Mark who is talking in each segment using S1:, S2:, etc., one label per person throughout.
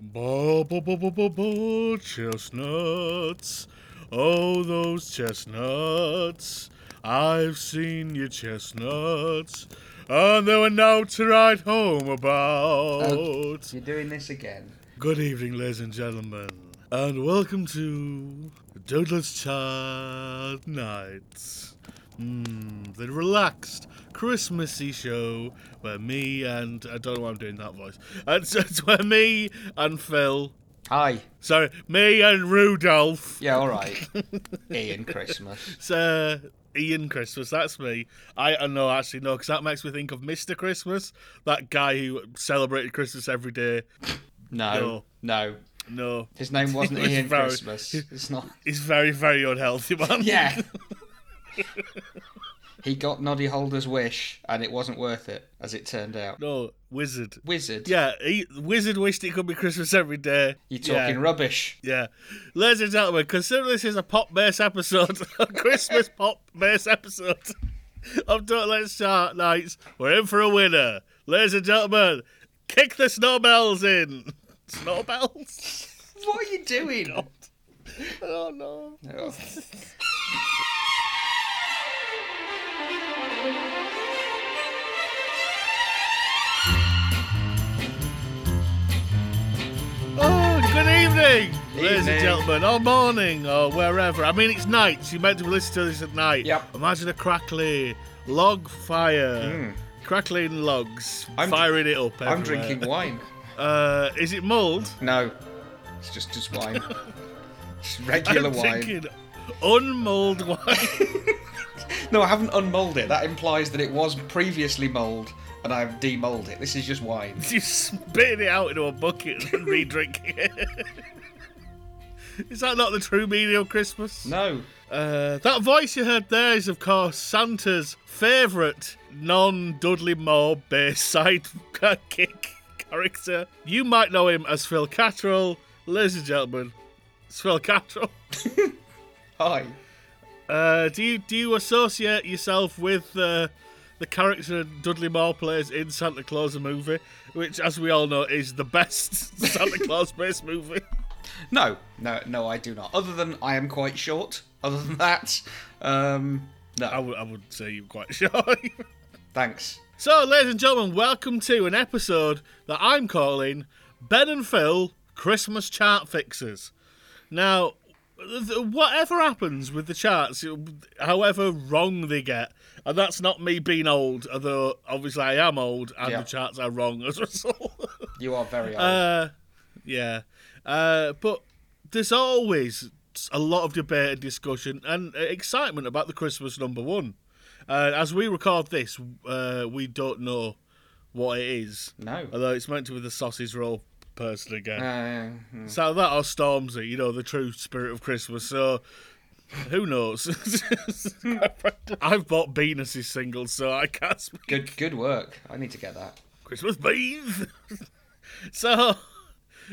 S1: Ba ba ba ba ba ba chestnuts. Oh, those chestnuts. I've seen your chestnuts. And there were now to write home about.
S2: You're doing this again.
S1: Good evening, ladies and gentlemen, and welcome to Doodler's Child Nights. Mm, the relaxed Christmassy show where me and I don't know why I'm doing that voice. It's, it's where me and Phil,
S2: Hi.
S1: sorry, me and Rudolph,
S2: Yeah, all right. Ian Christmas.
S1: Sir Ian Christmas, that's me. I uh, no, actually no, because that makes me think of Mister Christmas, that guy who celebrated Christmas every day.
S2: No, no.
S1: No,
S2: His name wasn't
S1: It was
S2: Ian
S1: very-
S2: Christmas. It's not.
S1: He's very, very unhealthy, man.
S2: Yeah. he got Noddy Holder's wish, and it wasn't worth it, as it turned out.
S1: No, wizard.
S2: Wizard.
S1: Yeah, he, wizard wished it could be Christmas every day.
S2: You're talking
S1: Yeah,
S2: rubbish.
S1: yeah. Ladies and gentlemen, consider this is a pop based episode, a Christmas pop based episode of Don't Let's Start Nights. We're in for a winner. Ladies and gentlemen, kick the snow bells in. Snow bells?
S2: What are you doing?
S1: Oh no.
S2: Oh.
S1: Oh, good evening, ladies
S2: Evening.
S1: and gentlemen, or morning, or wherever. I mean, it's night. so You meant to listen to this at night.
S2: Yep. Hmm.
S1: Imagine a crackly log fire, crackling logs,
S2: I'm-
S1: firing it up.
S2: I'm
S1: everywhere.
S2: drinking wine.
S1: Uh, is it mulled?
S2: No, it's just just wine. It's regular
S1: I'm
S2: wine.
S1: thinking unmulled wine.
S2: No, I haven't unmould it. That implies that it was previously mould, and I've demould it. This is just wine.
S1: you spitting it out into a bucket and re-drinking it. Is that not the true meaning of Christmas?
S2: No.
S1: Uh, that voice you heard there is, of course, Santa's favourite non Dudley Moore bass side kick character. You might know him as Phil Catterall. Ladies and gentlemen, it's Phil Catterall.
S2: Hi.
S1: Uh, do you do you associate yourself with uh, the character Dudley Moore plays in Santa Claus the movie, which, as we all know, is the best Santa Claus based movie?
S2: No, no, no, I do not. Other than I am quite short. Other than that, um, no.
S1: I would I would say you're quite sure.
S2: Thanks.
S1: So, ladies and gentlemen, welcome to an episode that I'm calling Ben and Phil Christmas Chart Fixers. Now, th- whatever happens with the charts, however wrong they get, and that's not me being old, although obviously I am old and
S2: Yeah.
S1: the charts are wrong as a result.
S2: You are very old.
S1: Uh, yeah. Uh, but there's always a lot of debate and discussion and uh, excitement about the Christmas number one. Uh, as we record this, uh, we don't know what it is.
S2: no.
S1: Although it's meant to be the sausage roll person again.
S2: Uh,
S1: So that or Stormzy, you know, the true spirit of Christmas. So who knows? I've bought Venus's singles, so I can't speak.
S2: good, good work. I need to get that.
S1: Christmas bees. so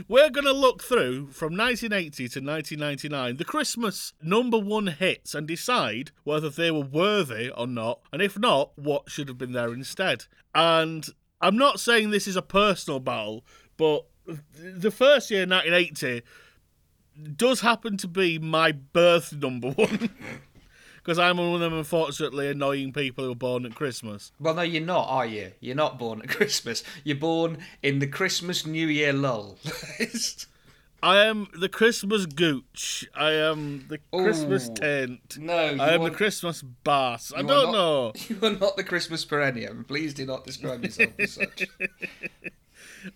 S1: we're going to look through from 1980 to 1999 the Christmas number one hits and decide whether they were worthy or not, and if not, what should have been there instead. And I'm not saying this is a personal battle, but th- the first year, 1980, does happen to be my birth number one. Because I'm one of them unfortunately annoying people who were born at Christmas.
S2: Well, no, you're not, are you? You're not born at Christmas. You're born in the Christmas New Year lull.
S1: I am the Christmas gooch. I am the Christmas
S2: Ooh.
S1: tent.
S2: no, Oh. you
S1: I am
S2: are,
S1: the Christmas bass. I
S2: you are
S1: don't
S2: not-
S1: know.
S2: You are not the Christmas perennium. Please do not describe yourself as such.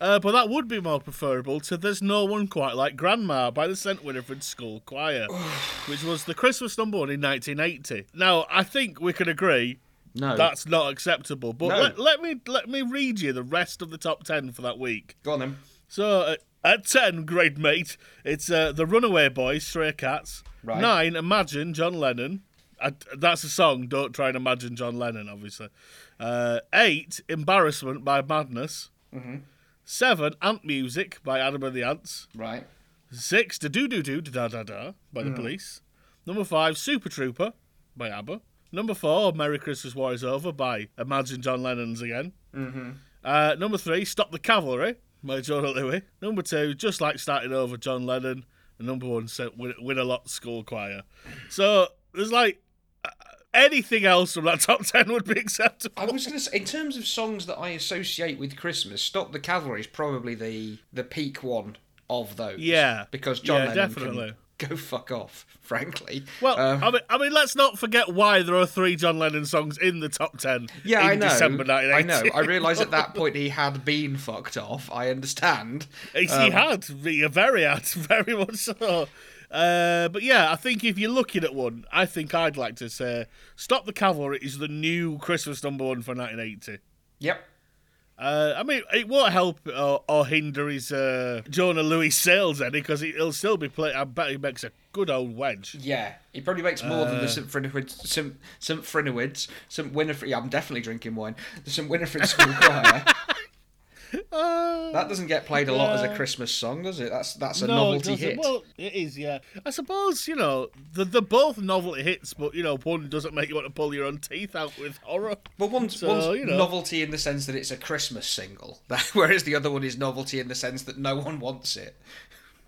S1: Uh, but that would be more preferable to There's No One Quite Like Grandma by the St. Winifred School Choir, which was the Christmas number one in 1980. Now, I think we can agree
S2: No.
S1: that's not acceptable, but
S2: No.
S1: let, let, me, let me read you the rest of the top 10 for that week.
S2: Go on then.
S1: So uh, at ten, great mate, it's uh, the Runaway Boys, Stray Cats.
S2: Right.
S1: Nine, Imagine John Lennon. I, that's a song. Don't try and imagine John Lennon, obviously. Uh, eight, Embarrassment by Madness. Seven, Ant Music by Adam and the Ants.
S2: Right.
S1: Six, Da Do Do Do Da Da Da Da by
S2: Hmm.
S1: The Police. Number five, Super Trooper by ABBA. Number four, Merry Christmas War Is Over by Imagine John Lennon's again. Mm-hmm. Uh, number three, Stop the Cavalry by Jordan Louis. Number two, just like starting over, John Lennon. And number one, so win, win a lot school choir. So there's like uh, anything else from that top ten would be acceptable.
S2: I was going to say, in terms of songs that I associate with Christmas, "Stop the Cavalry" is probably the the peak one of those.
S1: Yeah.
S2: because John
S1: Yeah,
S2: Lennon
S1: definitely.
S2: can go fuck off. Frankly,
S1: Well,
S2: Um,
S1: I mean, I mean, let's not forget why there are three John Lennon songs in the top ten.
S2: yeah,
S1: in
S2: I know.
S1: December
S2: I know.
S1: 1980.
S2: I realise at that point he had been fucked off. I understand.
S1: He
S2: Um,
S1: had, he very had, very much so. Uh, but yeah, I think if you're looking at one, I think I'd like to say "Stop the Cavalry" is the new Christmas number one for 1980.
S2: Yep.
S1: Uh, I mean, it won't help or, or hinder his uh, Jonah Louis sales any because he'll still be playing. I bet he makes a good old wedge.
S2: Yeah, he probably makes more than
S1: Uh.
S2: the St. Frinowids, St. St. Frinowids, St. Winifred. Yeah, I'm definitely drinking wine. The St. Winifred School Choir.
S1: Uh,
S2: That doesn't get played a lot as a Christmas song, does it? That's that's a
S1: no, it
S2: novelty
S1: doesn't.
S2: hit.
S1: Well, it is, yeah. I suppose you know the the both novelty hits, but you know one doesn't make you want to pull your own teeth out with horror.
S2: But one's,
S1: So,
S2: one's
S1: you know.
S2: novelty in the sense that it's a Christmas single, whereas the other one is novelty in the sense that no one wants it.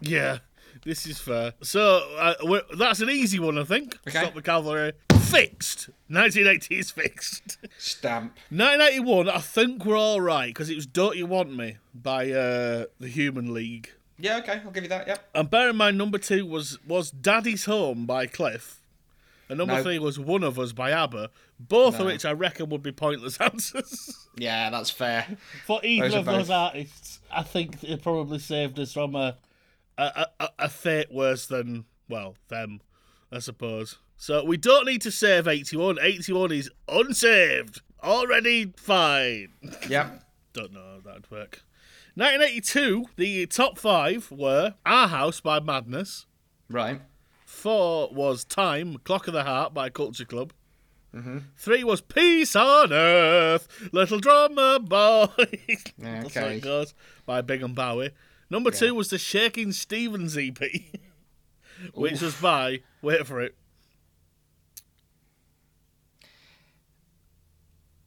S1: Yeah, this is fair. So uh, we're- that's an easy one, I think.
S2: Okay.
S1: Stop the cavalry. Fixed. 1980 is fixed.
S2: Stamp.
S1: 1981, I think we're all right because it was "Don't You Want Me" by uh, the Human League.
S2: Yeah, okay, I'll give you that. Yep.
S1: And bear in mind, number two was was "Daddy's Home" by Cliff, and number
S2: No.
S1: three was "One of Us" by ABBA. Both of which I reckon would be pointless answers
S2: Yeah, that's fair.
S1: for either
S2: Those are
S1: of those
S2: both-
S1: artists. I think it probably saved us from a a, a, a- a fate worse than well them, I suppose. So we don't need to save 81. 81 is unsaved, already fine.
S2: Yep.
S1: Don't know how that'd work. 1982, the top five were Our House by Madness.
S2: Right.
S1: Four was Time, Clock of the Heart by Culture Club.
S2: Mm-hmm.
S1: Three was Peace on Earth, Little Drummer Boy. That's how
S2: Okay.
S1: it goes by Big and Bowie. Number two was the Shaking Stevens EP, which was by, wait for it,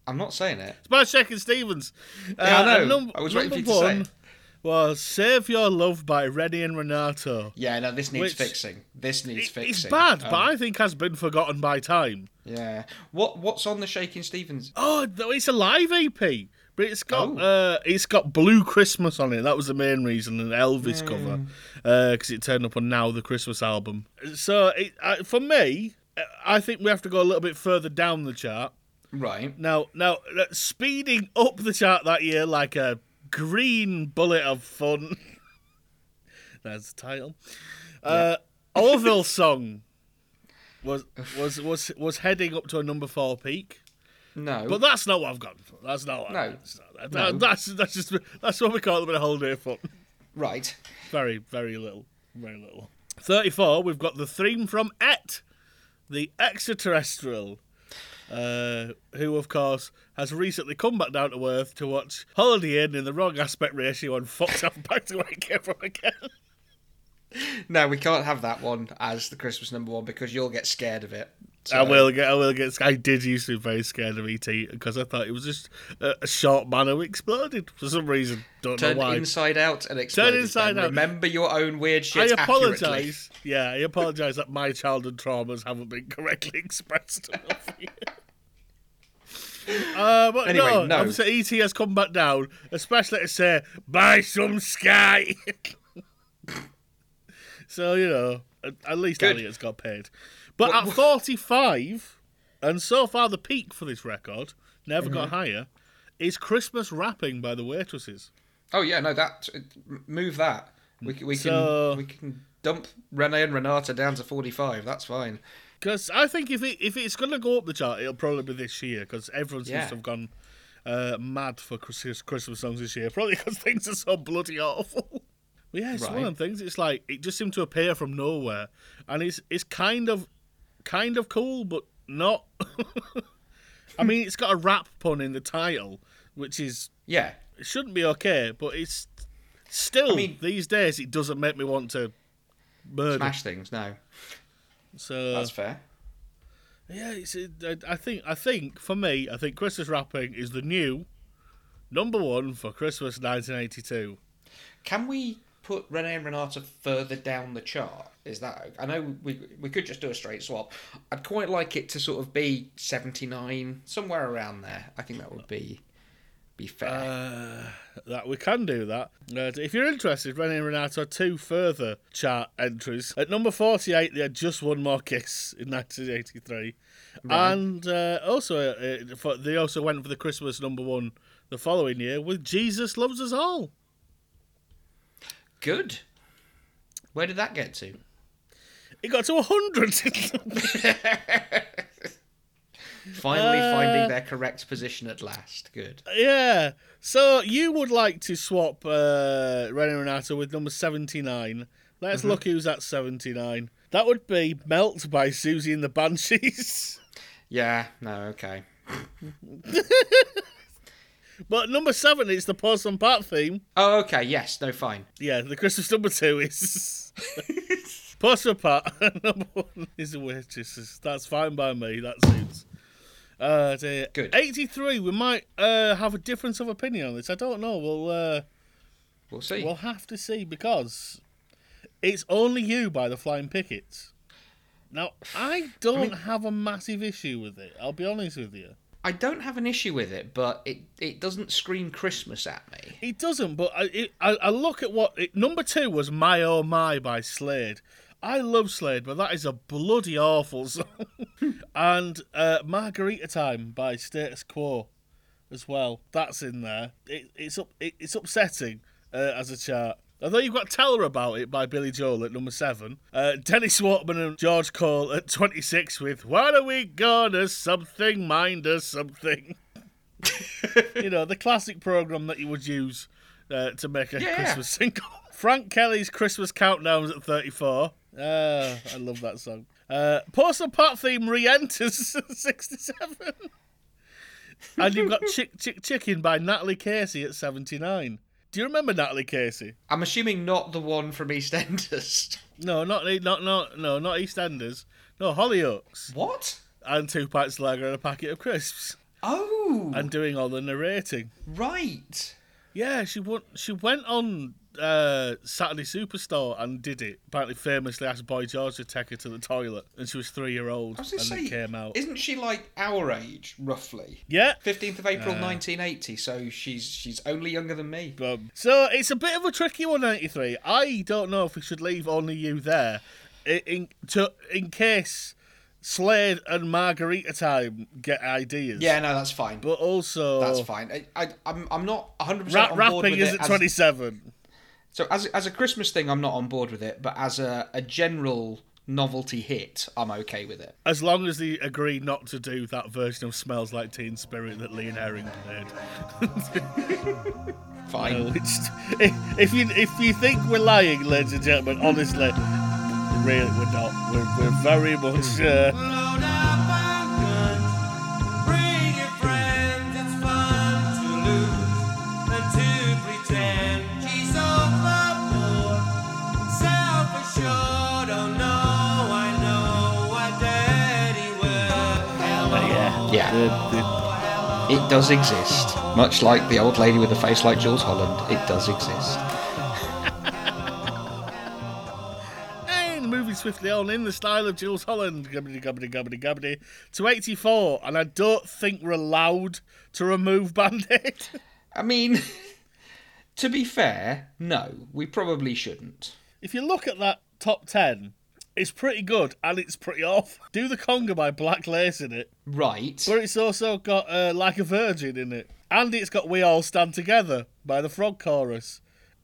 S2: I'm not saying it.
S1: It's by Shaking Stevens. Uh,
S2: Yeah, I know.
S1: and
S2: I was
S1: number
S2: waiting for you to say
S1: one
S2: it.
S1: was Save Your Love by Rennie and Renato.
S2: Yeah, no, this needs
S1: Which-
S2: fixing. This needs
S1: It-
S2: fixing.
S1: It's bad,
S2: Um,
S1: but I think has been forgotten by time.
S2: Yeah. What What's on the Shaking Stevens?
S1: Oh, th- it's a live EP, but it's got
S2: Oh.
S1: uh, it's got Blue Christmas on it. That was the main reason, an Elvis cover, because it turned up on now the Christmas album. So it, I, for me, uh, I think we have to go a little bit further down the chart.
S2: Right.
S1: Now, now uh, speeding up the chart that year like a green bullet of fun. That's the title. Uh, Orville song was was was was heading up to a number four peak,
S2: No.
S1: but that's not what I've got. That's not what
S2: No.
S1: That's, not- that- that's that's just that's what we call it a bit of holiday fun.
S2: right.
S1: Very very little, very little. Thirty four. We've got the theme from Et, the extraterrestrial, uh, who of course has recently come back down to Earth to watch Holiday Inn in the wrong aspect ratio and fucked off back to where it came from again.
S2: No, we can't have that one as the Christmas number one because you'll get scared of it. So,
S1: I will get. I will get. I did used to be very scared of ET because I thought it was just a, a sharp man who exploded for some reason. Don't
S2: Turn
S1: know why.
S2: inside out and explode.
S1: inside
S2: inside
S1: out.
S2: out. Remember your own weird
S1: I
S2: shit. accurately.
S1: apologise. Yeah, I apologise that my childhood traumas haven't been correctly expressed enough here. Uh, but
S2: Anyway,
S1: no,
S2: no.
S1: I'm saying ET has come back down, especially to say, buy some sky. so, you know, at, at least
S2: Good.
S1: Elliot's got paid. But at 45, and so far the peak for this record, never got
S2: Mm-hmm.
S1: higher, is Christmas Rapping by the Waitresses.
S2: Oh yeah, no, that m- move that. We c- we can
S1: So-
S2: we can dump Rene and Renata down to forty five. That's fine.
S1: Because I think if it if it's going to go up the chart, it'll probably be this year. Because everyone seems
S2: Yeah.
S1: to have gone uh, mad for Christmas Christmas songs this year. Probably because things are so bloody awful. But yeah, it's one
S2: Right.
S1: of them things. It's like it just seemed to appear from nowhere, and it's it's kind of kind of cool, but not. I mean, it's got a rap pun in the title, which is
S2: Yeah,
S1: it shouldn't be okay, but it's still
S2: mean-
S1: these days it doesn't make me want to murder.
S2: smash things. No,
S1: so
S2: that's fair.
S1: Yeah, it's, it, I- I think I think for me, I think Christmas wrapping is the new number one for Christmas 1982.
S2: Can we put Rene and Renata further down the chart? Is that I know we we could just do a straight swap. I'd quite like it to sort of be seventy nine somewhere around there. I think that would be be fair.
S1: Uh, that we can do that. Uh, if you're interested, Renee and Renato had two further chart entries. At number 48, they had just one more kiss in 1983,
S2: Right.
S1: and uh, also uh, for, they also went for the Christmas number one the following year with Jesus Loves Us All.
S2: Good. Where did that get to?
S1: It got to 100.
S2: Finally
S1: Uh,
S2: finding their correct position at last. Good.
S1: yeah. So you would like to swap uh, Renee and Renato with number 79. Let's look who's at 79. That would be Melt by Susie and the Banshees.
S2: Yeah. No. Okay.
S1: But number seven is the Post and Pat theme.
S2: Oh. Okay. Yes. No. Fine.
S1: Yeah, the Christmas number two is Post and Pat. number one is the Waitresses. That's fine by me. That suits. Uh, dear.
S2: Good.
S1: 83. We might uh, have a difference of opinion on this. I don't know. We'll uh,
S2: We'll see.
S1: we'll have to see because it's only you by the Flying Pickets. Now I don't have a massive issue with it. I'll be honest with you.
S2: I don't have an issue with it, but it it doesn't scream Christmas at me.
S1: It doesn't, but I, it, I, I look at what it, number two was "My Oh My" by Slade. I love Slade, but that is a bloody awful song. and uh, "Margarita Time" by Status Quo, as well. That's in there. It, it's up, it, it's upsetting uh, as a chart. Although you've got "Tell Her About It" by Billy Joel at number seven, uh, Dennis Waterman and George Cole at twenty-six with "What Are We Gonna Something Mind Us Something." you know, the classic program that you would use uh, to make a
S2: Yeah.
S1: Christmas single. Frank Kelly's Christmas Countdowns at 34. Uh, I love that song. Uh, Postal Pat theme re enters at 67. And you've got Chick Chick Chicken by Natalie Casey at 79. Do you remember Natalie Casey?
S2: I'm assuming not the one from EastEnders.
S1: No, not not not no, not EastEnders. No, Hollyoaks
S2: What?
S1: and two pints of lager and a packet of crisps,
S2: Oh,
S1: and doing all the narrating.
S2: right.
S1: Yeah, she went. She went on uh, Saturday Superstore and did it. Apparently, famously asked Boy George to take her to the toilet, and she was three year old,
S2: I was
S1: and
S2: gonna say,
S1: it came out.
S2: isn't she like our age roughly?
S1: yeah.
S2: Fifteenth of
S1: Uh,
S2: April, nineteen eighty. So she's she's only younger than me.
S1: Um, so it's a bit of a tricky one, ninety three. I don't know if we should leave only you there, in, in to in case Slade and Margarita time get ideas.
S2: Yeah, no, that's fine.
S1: but also
S2: that's fine. I, I I'm I'm not 100
S1: Ra-
S2: percent on board
S1: rapping
S2: with
S1: is
S2: it
S1: at
S2: as-
S1: twenty seven.
S2: So as as a Christmas thing, I'm not on board with it. But as a, a general novelty hit, I'm okay with it.
S1: As long as they agree not to do that version of "Smells Like Teen Spirit" that Leon Herring played.
S2: Fine.
S1: No, it's- if, if you if you think we're lying, ladies and gentlemen, honestly, really we're not. We're, we're very much. Uh,
S3: Load up our guns. Bring your friends. It's fun to lose and to pretend she's overboard. Self-assured, oh no, I know a dirty word. Hello,
S2: Yeah. It does exist. Much like the old lady with a face like Jules Holland, it does exist.
S1: and moving swiftly on in the style of Jules Holland, gubbity gubbity gubbity gubbity, to 84, and I don't think we're allowed to remove Band-Aid.
S2: I mean, to be fair, no, we probably shouldn't.
S1: If you look at that top 10, it's pretty good and it's pretty off. Do the conga by Black Lace in it,
S2: Right.
S1: but it's also got uh, Like a Virgin in it, and it's got We All Stand Together by the Frog Chorus,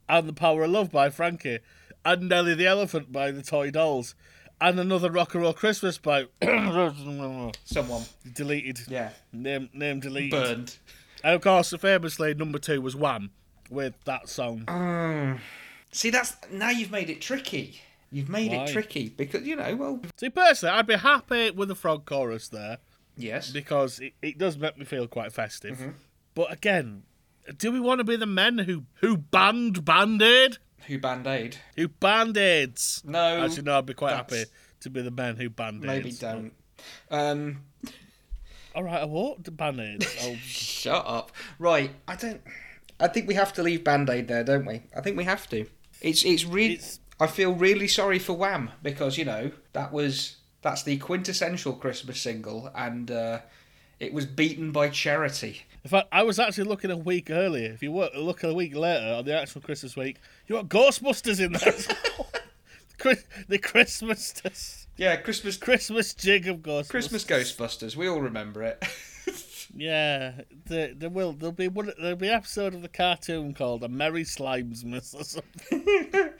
S1: and The Power of Love by Frankie, and Nelly the Elephant by the Toy Dolls, and another Rock and Roll Christmas by
S2: Someone.
S1: deleted
S2: Yeah.
S1: name name deleted,
S2: Burned.
S1: and of course, famously number two was Wham with that song.
S2: Uh. See, that's now you've made it tricky. You've made
S1: Why?
S2: it tricky because you know, well,
S1: See, personally, I'd be happy with the Frog Chorus there.
S2: yes.
S1: because it, it does make me feel quite festive.
S2: Mm-hmm.
S1: But again, do we want to be the men who who banned Band Aid?
S2: Who band aid?
S1: Who band aids?
S2: No,
S1: Actually, no, I'd be quite
S2: that's-
S1: happy to be the men who band aids.
S2: Maybe don't. Um,
S1: All right, I won't band aids.
S2: shut up. Right, I don't. I think we have to leave Band Aid there, don't we? I think we have to. It's it's really.
S1: It's-
S2: I feel really sorry for Wham because you know that was that's the quintessential Christmas single, and uh, it was beaten by charity.
S1: In fact, I was actually looking a week earlier. If you were look a week later on the actual Christmas week, you got Ghostbusters in there. as well. Chris- the Christmas
S2: Yeah, Christmas
S1: Christmas jig of Ghostbusters.
S2: Christmas Ghostbusters. We all remember it.
S1: Yeah, there, there will there'll be one there'll be an episode of the cartoon called a Merry Slimesmas or something.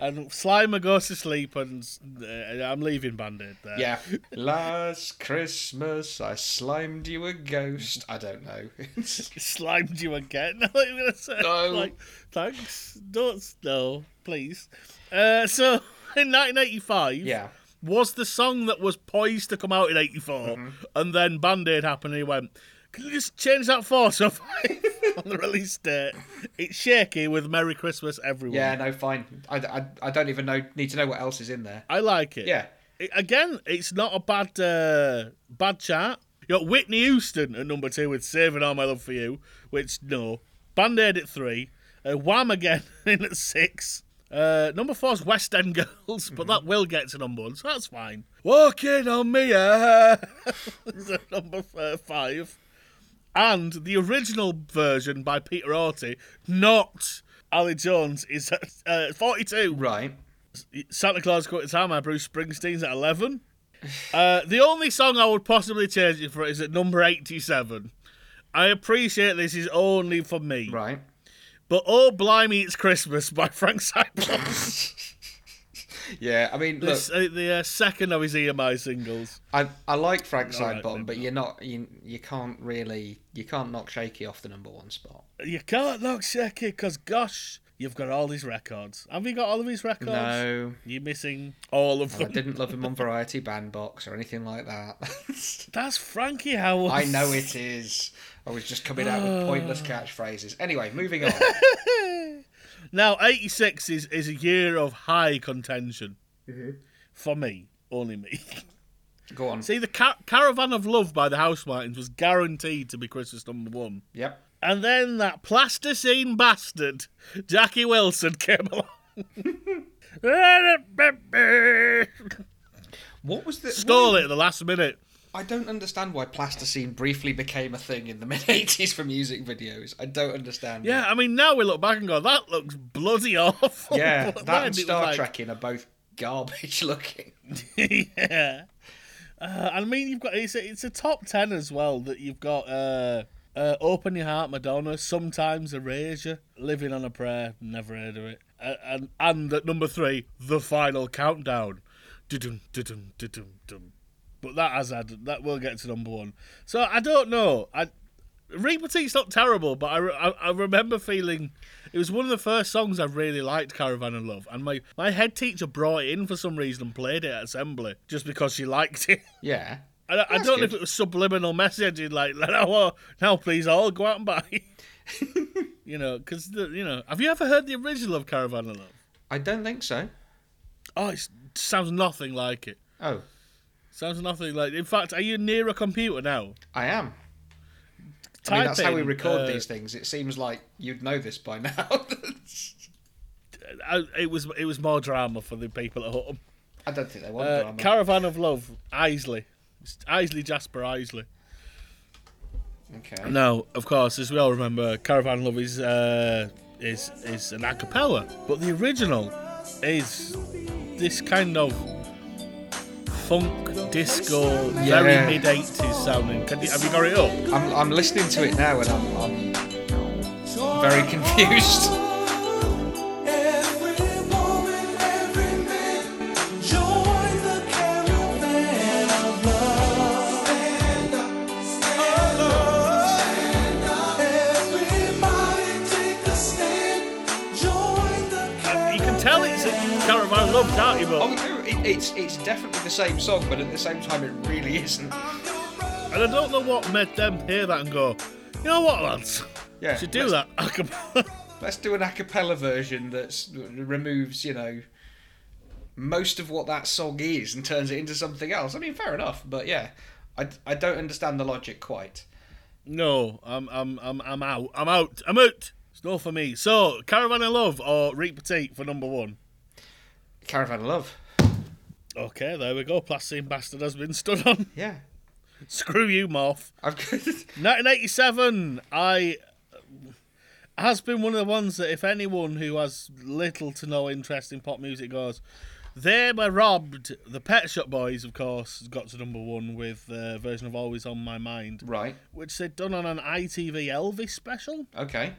S1: and Slimer goes to sleep, and uh, I'm leaving Band-Aid there.
S2: yeah. Last Christmas, I slimed you a ghost. I don't know.
S1: slimed you again. Like, I'm gonna say,
S2: No.
S1: like, thanks. Don't no, please. Uh, so in 1985,
S2: yeah.
S1: was the song that was poised to come out in '84,
S2: Mm-hmm.
S1: and then Band Aid happened, and he went, "Can you just change that four to five on the release date? It's shaky with Merry Christmas, everyone.
S2: Yeah, no, fine. I, I, I don't even know need to know what else is in there.
S1: I like it.
S2: Yeah.
S1: It- again, it's not a bad uh, bad chart. You got Whitney Houston at number two with "Saving All My Love for You," which no. Band Aid at three, uh, Wham again in at six. Uh, number four's West End Girls, but that will get to number one, so that's fine. Walking on me, uh, is at number uh, five, and the original version by Peter Orty, not Ali Jones, is at uh, forty-two.
S2: Right.
S1: Santa Claus Got Time by Bruce Springsteen's at 11. Uh, the only song I would possibly change it for is at number 87. I appreciate this is only for me,
S2: Right.
S1: but Oh Blimey It's Christmas by Frank Cypress.
S2: Yeah, I mean, look,
S1: It's, uh, the uh, second of his EMI singles.
S2: I, I like Frank
S1: Alright,
S2: Sidebottom,
S1: then.
S2: but you're not you you can't really you can't knock Shaky off the number one spot.
S1: You can't knock Shaky because, gosh, you've got all these records. Have you got all of his records?
S2: No,
S1: You're missing all of
S2: I
S1: them.
S2: didn't love him on Variety Bandbox or anything like that.
S1: That's Frankie Howard.
S2: I know it is. I was just coming out with pointless catchphrases. Anyway, moving on.
S1: Now, 86 is, is a year of high contention. For me. Only me.
S2: Go on.
S1: See, the Car- Caravan of Love by the House Martins was guaranteed to be Christmas number one.
S2: Yep.
S1: And then that plasticine bastard, Jackie Wilson, came along.
S2: What was the
S1: Stole it at the last minute.
S2: I don't understand why plasticine briefly became a thing in the mid '80s for music videos. I don't understand.
S1: Yeah, I mean, now we look back and go, that looks bloody awful.
S2: Yeah,
S1: But
S2: that
S1: then
S2: and
S1: it was
S2: Star
S1: like-
S2: Trekking are both garbage looking.
S1: yeah. Uh, I mean, you've got it's a, it's a top ten as well that you've got. Uh, uh, Open your heart, Madonna. Sometimes Erasure. Living on a prayer. Never heard of it. Uh, and and at number three, the final countdown. Du-dum, du-dum, du-dum, dum. But that has had that will get to number one. So I don't know. I Repeat's not terrible, but I, re- I, I remember feeling it was one of the first songs I really liked, Caravan of Love. And my, my head teacher brought it in for some reason and played it at assembly just because she liked it.
S2: Yeah.
S1: And I, I
S2: That's
S1: don't know if
S2: good.
S1: it was subliminal messaging, like, now, uh, now please all go out and buy. you know, because, you know, have you ever heard the original of Caravan of Love?
S2: I don't think so.
S1: Oh, it's, it sounds nothing like it.
S2: Oh,
S1: Sounds nothing like In fact, are you near a computer now?
S2: I am. I mean,
S1: Type
S2: that's how we
S1: in,
S2: record
S1: uh,
S2: these things. It seems like you'd know this by now.
S1: I, Uh, it was it was more drama for the people at home.
S2: I don't think they want
S1: Uh,
S2: drama.
S1: Caravan of Love, Isley. It's Isley Jasper Isley.
S2: okay.
S1: Now, of course, as we all remember, Caravan of Love is uh, is is an a cappella, but the original is this kind of funk disco,
S2: Yeah.
S1: very mid '80s sounding. Can you, have you got it up?
S2: I'm, I'm listening to it now and I'm, I'm very confused.
S3: Every moment, every minute, join the caravan of love. Stand up, stand up, stand up. Everybody take a stand. Join the
S1: You
S3: caravan.
S1: can tell it's a Caravan of Love, can't you? But
S2: Oh, no, it, it's it's definitely the same song, but at the same time, it really isn't.
S1: and I don't know what made them hear that and go, you know what, lads,
S2: Yeah.
S1: should do
S2: let's,
S1: that a cappella.
S2: Let's do an a cappella version that removes, you know, most of what that song is and turns it into something else. I mean, fair enough, but yeah, I, I don't understand the logic quite.
S1: No, I'm I'm I'm I'm out. I'm out. I'm out. It's not for me. So, Caravan of Love or Reap Petite for number one.
S2: Caravan of Love.
S1: Okay, there we go. Plastine bastard has been stood on.
S2: Yeah.
S1: Screw you, Morph.
S2: I've
S1: 1987. I has been one of the ones that if anyone who has little to no interest in pop music goes, they were robbed. The Pet Shop Boys, of course, got to number one with their version of "Always on My Mind,"
S2: right.
S1: which they'd done on an ITV Elvis special,
S2: Okay.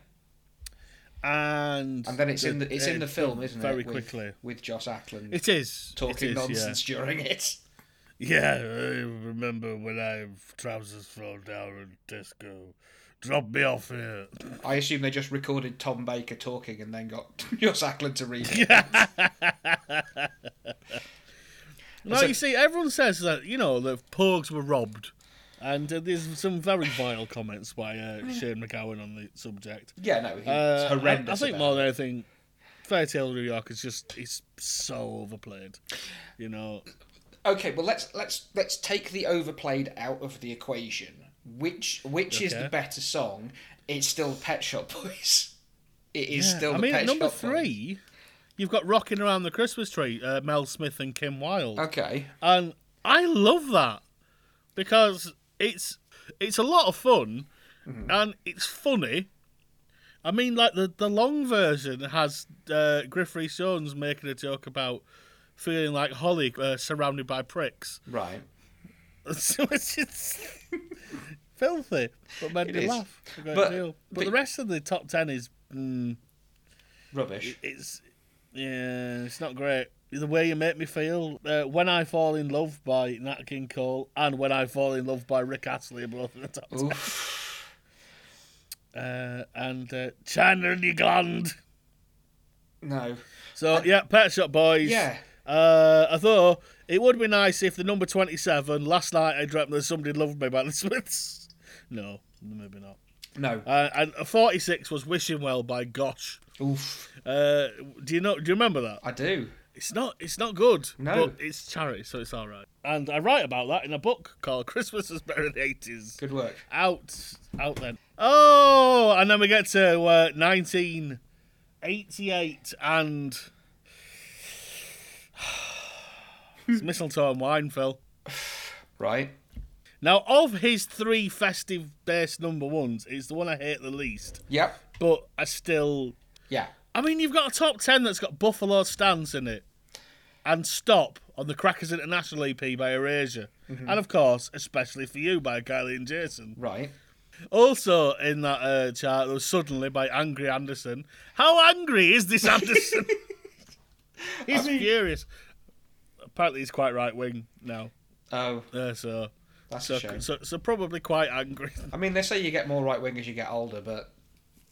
S1: and
S2: And then it's in the it's in the
S1: it-
S2: film, isn't
S1: very
S2: it? with-
S1: quickly.
S2: with Joss Ackland
S1: It is
S2: talking
S1: it is, yeah.
S2: nonsense during it.
S1: Yeah, I remember when I trousers fell down at disco. Drop me off here.
S2: I assume they just recorded Tom Baker talking and then got Joss Ackland to read it.
S1: No, you see, everyone says that you know the Pogues were robbed, and uh, there's some very vile comments by uh, Shane McGowan on the subject.
S2: Yeah, no, it's
S1: Uh, I-
S2: horrendous.
S1: I, think
S2: about
S1: more
S2: it.
S1: than anything, Fairy Tale of New York is just it's so overplayed. You know,
S2: Okay, well let's let's let's take the overplayed out of the equation. Which which is
S1: Okay.
S2: the better song? It's still Pet Shop Boys. It is
S1: Yeah,
S2: still.
S1: I
S2: the
S1: mean,
S2: Pet
S1: at number
S2: Shop Boys.
S1: three, you've got "Rocking Around the Christmas Tree," uh, Mel Smith and Kim Wilde.
S2: Okay.
S1: and I love that because it's it's a lot of fun
S2: Mm-hmm.
S1: and it's funny. I mean, like the the long version has uh, Griff Jones making a joke about feeling like Holly uh, surrounded by pricks,
S2: Right.
S1: so it's just filthy, but made
S2: It
S1: me
S2: is.
S1: laugh. a great
S2: But-
S1: deal. but
S2: but-
S1: the rest of the top ten is mm,
S2: Rubbish.
S1: it's yeah, it's not great. The way you make me feel, uh, when I fall in love by Nat King Cole and when I fall in love by Rick Astley are both in the top. ten.
S2: Oof.
S1: Uh, and uh, China and your gland.
S2: No.
S1: So yeah, Pet Shop Boys.
S2: Yeah.
S1: Uh, although it would be nice if the number twenty-seven. Last night I dreamt that somebody loved me by the Smiths. No, maybe not.
S2: No.
S1: Uh, and forty-six was Wishing Well by Gosh.
S2: Oof.
S1: Uh, do you know? Do you remember that?
S2: I do.
S1: It's not. It's not good.
S2: No.
S1: But it's charity, so it's all right. And I write about that in a book called "Christmas Is Better in the Eighties.
S2: Good work.
S1: Out, out then. Oh, and then we get to uh, 1988, and it's mistletoe and wine, Phil.
S2: Right.
S1: Now, of his three festive-based number ones, it's the one I hate the least.
S2: Yep.
S1: But I still
S2: Yeah.
S1: I mean, you've got a top 10 that's got Buffalo Stance in it and Stop on the Crackers International EP by Erasure.
S2: Mm-hmm.
S1: And of course, Especially for You by Kylie and Jason.
S2: Right.
S1: Also in that uh, chart, there was Suddenly by Angry Anderson. How angry is this Anderson? he's furious. Apparently, he's quite right wing now.
S2: Oh,
S1: Uh, so,
S2: that's
S1: so,
S2: a shame.
S1: so, so, probably quite angry.
S2: I mean, they say you get more right wing as you get older, but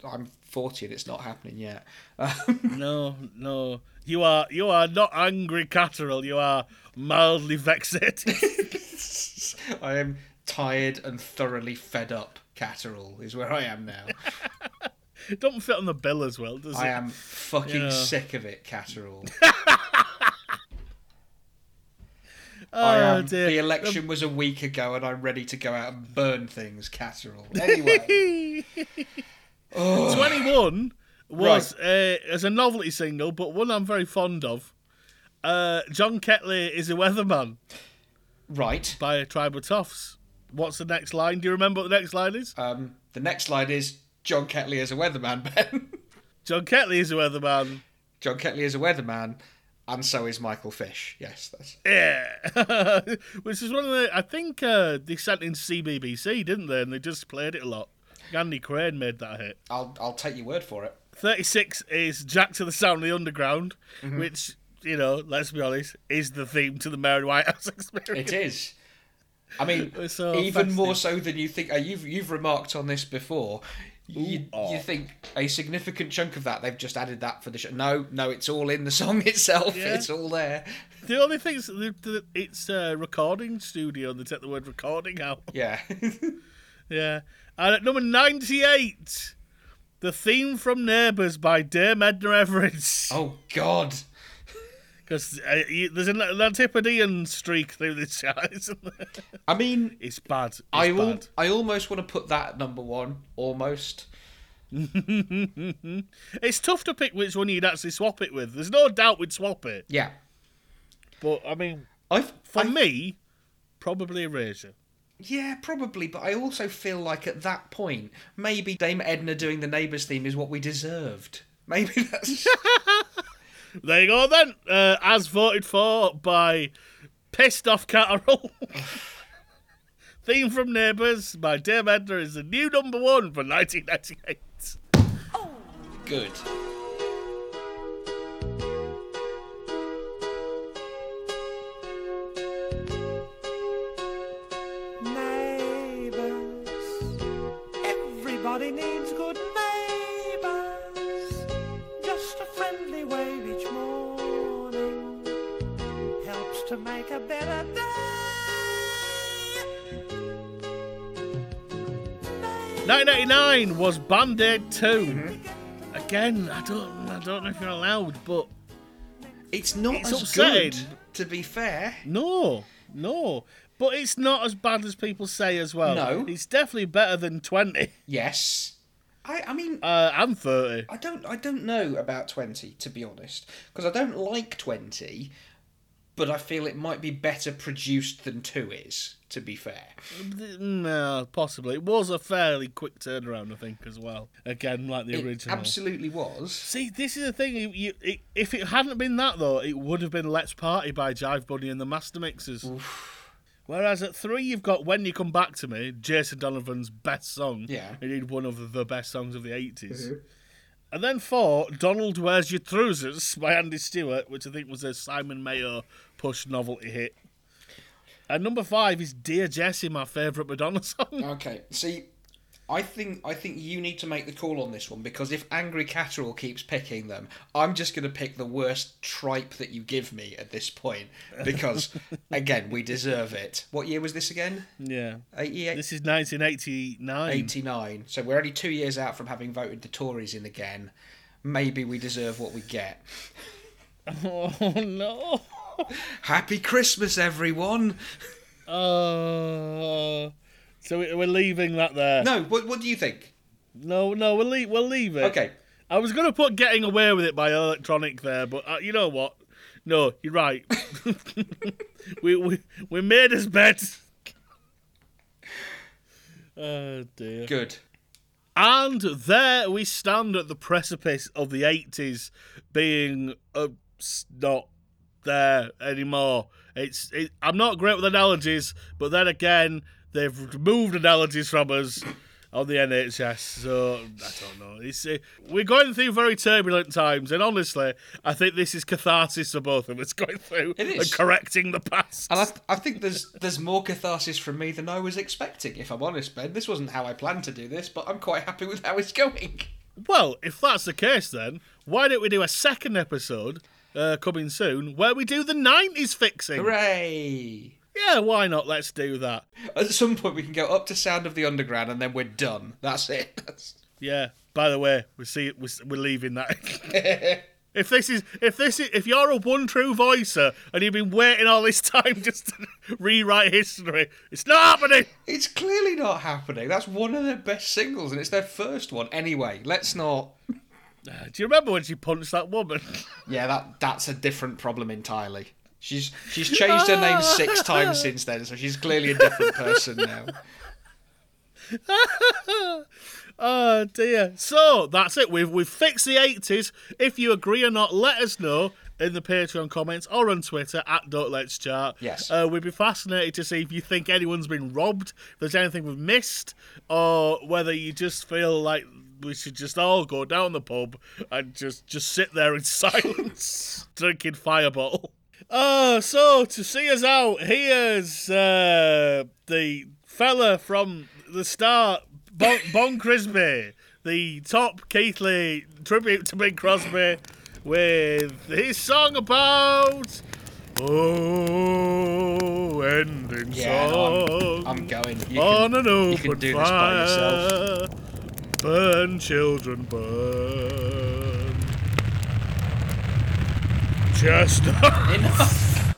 S2: I'm 40 and it's not happening yet. Um,
S1: No, no. You are you are not angry Catterall, you are mildly vexated.
S2: I am tired and thoroughly fed up. Catterall is where I am now.
S1: It doesn't fit on the bill as well, does it?
S2: I am fucking
S1: Yeah.
S2: sick of it, Catterall.
S1: Oh,
S2: I am,
S1: dear. Um,
S2: the election was a week ago and I'm ready to go out and burn things, Catterall. Anyway,
S1: 21 was uh, as a novelty single, but one I'm very fond of. Uh, John Ketley is a weatherman
S2: right.
S1: by a tribe of toffs. What's the next line? Do you remember what the next line is?
S2: Um, the next slide is John Ketley is a weatherman, Ben.
S1: John Ketley is a weatherman.
S2: John Ketley is a weatherman, and so is Michael Fish. Yes, that's
S1: Yeah. Which is one of the. I think uh, they sent in CBBC, didn't they? And they just played it a lot. Andy Crane made that hit.
S2: I'll I'll take your word for it.
S1: 36 is Jack to the Sound of the Underground, which, you know, let's be honest, is the theme to the Mary Whitehouse experience.
S2: It is. I mean,
S1: It's uh, so
S2: even
S1: festive.
S2: more so than you think. Uh, you've you've remarked on this before. You,
S1: Ooh-ah.
S2: you think a significant chunk of that they've just added that for the show? No, no, it's all in the song itself.
S1: Yeah.
S2: It's all there.
S1: The only thing is that the- it's a recording studio and they take the word recording out.
S2: Yeah,
S1: Yeah. And at number 98, Oh. the theme from Neighbours by Dame Edna Everett.
S2: Oh God.
S1: Because uh, you- there's an Antipodean streak through this chart, isn't there?
S2: I mean,
S1: It's bad. It's
S2: I
S1: bad.
S2: al- I almost want to put that at number one, almost.
S1: It's tough to pick which one you'd actually swap it with. There's no doubt we'd swap it.
S2: Yeah,
S1: But, I mean,
S2: I've
S1: for
S2: I-
S1: me, probably Erasure.
S2: yeah probably, but I also feel like at that point maybe Dame Edna doing the neighbours theme is what we deserved. Maybe that's
S1: There you go then. Uh, as voted for by Pissed Off Catterall. Theme from Neighbours by Dame Edna is the new number one for 1998.
S2: good.
S4: Neighbors. Everybody needs good neighbors. Just a friendly wave each morning helps to make a better day.
S1: 1989 was Band Aid 2.
S2: Mm-hmm.
S1: Again, I don't, I don't know if you're allowed, but
S2: It's not
S1: It's
S2: as
S1: upsetting.
S2: good, to be fair.
S1: no, no. But it's not as bad as people say as well.
S2: No.
S1: It's definitely better than 20
S2: Yes, I I mean
S1: uh, and 30.
S2: I don't I don't know about 20 to be honest because I don't like 20 but I feel it might be better produced than 2 is to be fair.
S1: No, Mm, possibly. It was a fairly quick turnaround, I think, as well. Again, like the
S2: It
S1: original.
S2: absolutely was.
S1: See, this is the thing. You, you, it, if it hadn't been that, though, it would have been Let's Party by Jive Bunny and the Master Mixers. Whereas at three, you've got When You Come Back to Me, Jason Donovan's best song.
S2: Yeah.
S1: Indeed, one of the best songs of the 80s. And then four, Donald Wears Your Trousers by Andy Stewart, which I think was a Simon Mayo push novelty hit. And number five is Dear Jessie, my favourite Madonna song.
S2: Okay, see I think I think you need to make the call on this one because if Angry Catterall keeps picking them, I'm just going to pick the worst tripe that you give me at this point because again, we deserve it. What year was this again?
S1: Yeah.
S2: 88
S1: This is 1989.
S2: 89. So we're only two years out from having voted the Tories in again. Maybe we deserve what we get.
S1: Oh, no.
S2: Happy Christmas, everyone!
S1: Oh. So we- we're leaving that there.
S2: No, what, what do you think?
S1: No, no, we'll leave, we'll leave it.
S2: Okay,
S1: I was going to put Getting Away with It by Electronic there, but uh, you know what? No, you're right. we, we, we made his bet. Oh, dear.
S2: good.
S1: And there we stand at the precipice of the 80s being uh, s- not there anymore. It's it, I'm not great with analogies, but then again, they've removed analogies from us on the NHS. So I don't know. It's, uh, we're going through very turbulent times, and honestly, I think this is catharsis for both of us going through
S2: It is.
S1: and correcting the past.
S2: And I, I think there's there's more catharsis from me than I was expecting, if I'm honest, Ben. This wasn't how I planned to do this, but I'm quite happy with how it's going.
S1: Well, if that's the case, then why don't we do a second episode uh, coming soon where we do the 90s fixing?
S2: Hooray!
S1: Yeah, why not? Let's do that.
S2: At some point, we can go up to Sound of the Underground and then we're done. That's it. That's...
S1: Yeah. By the way, we see we're, we're leaving that. if this is if this is if you're a one true voicer and you've been waiting all this time just to rewrite history, it's not happening.
S2: It's clearly not happening. That's one of their best singles, and it's their first one. Anyway, let's not.
S1: Do you remember when she punched that woman?
S2: Yeah, that that's a different problem entirely. She's she's changed her name six times since then, so she's clearly a different person now.
S1: Oh dear. So that's it. We've we've fixed the eighties. If you agree or not, let us know in the Patreon comments or on Twitter at Don't Let's Chat.
S2: Yes.
S1: Uh, we'd be fascinated to see if you think anyone's been robbed, if there's anything we've missed, or whether you just feel like we should just all go down the pub and just just sit there in silence drinking fireball. Uh, so to see us out, here's uh, the fella from the start, Bon, bon Crisby, the top Keithley tribute to Big Crosby, with his song about oh ending
S2: Yeah, no,
S1: song
S2: I'm, I'm going. You
S1: on
S2: can,
S1: an open
S2: you can do this by
S1: fire.
S2: yourself.
S1: Burn, children, burn.
S5: Chester.
S1: Enough.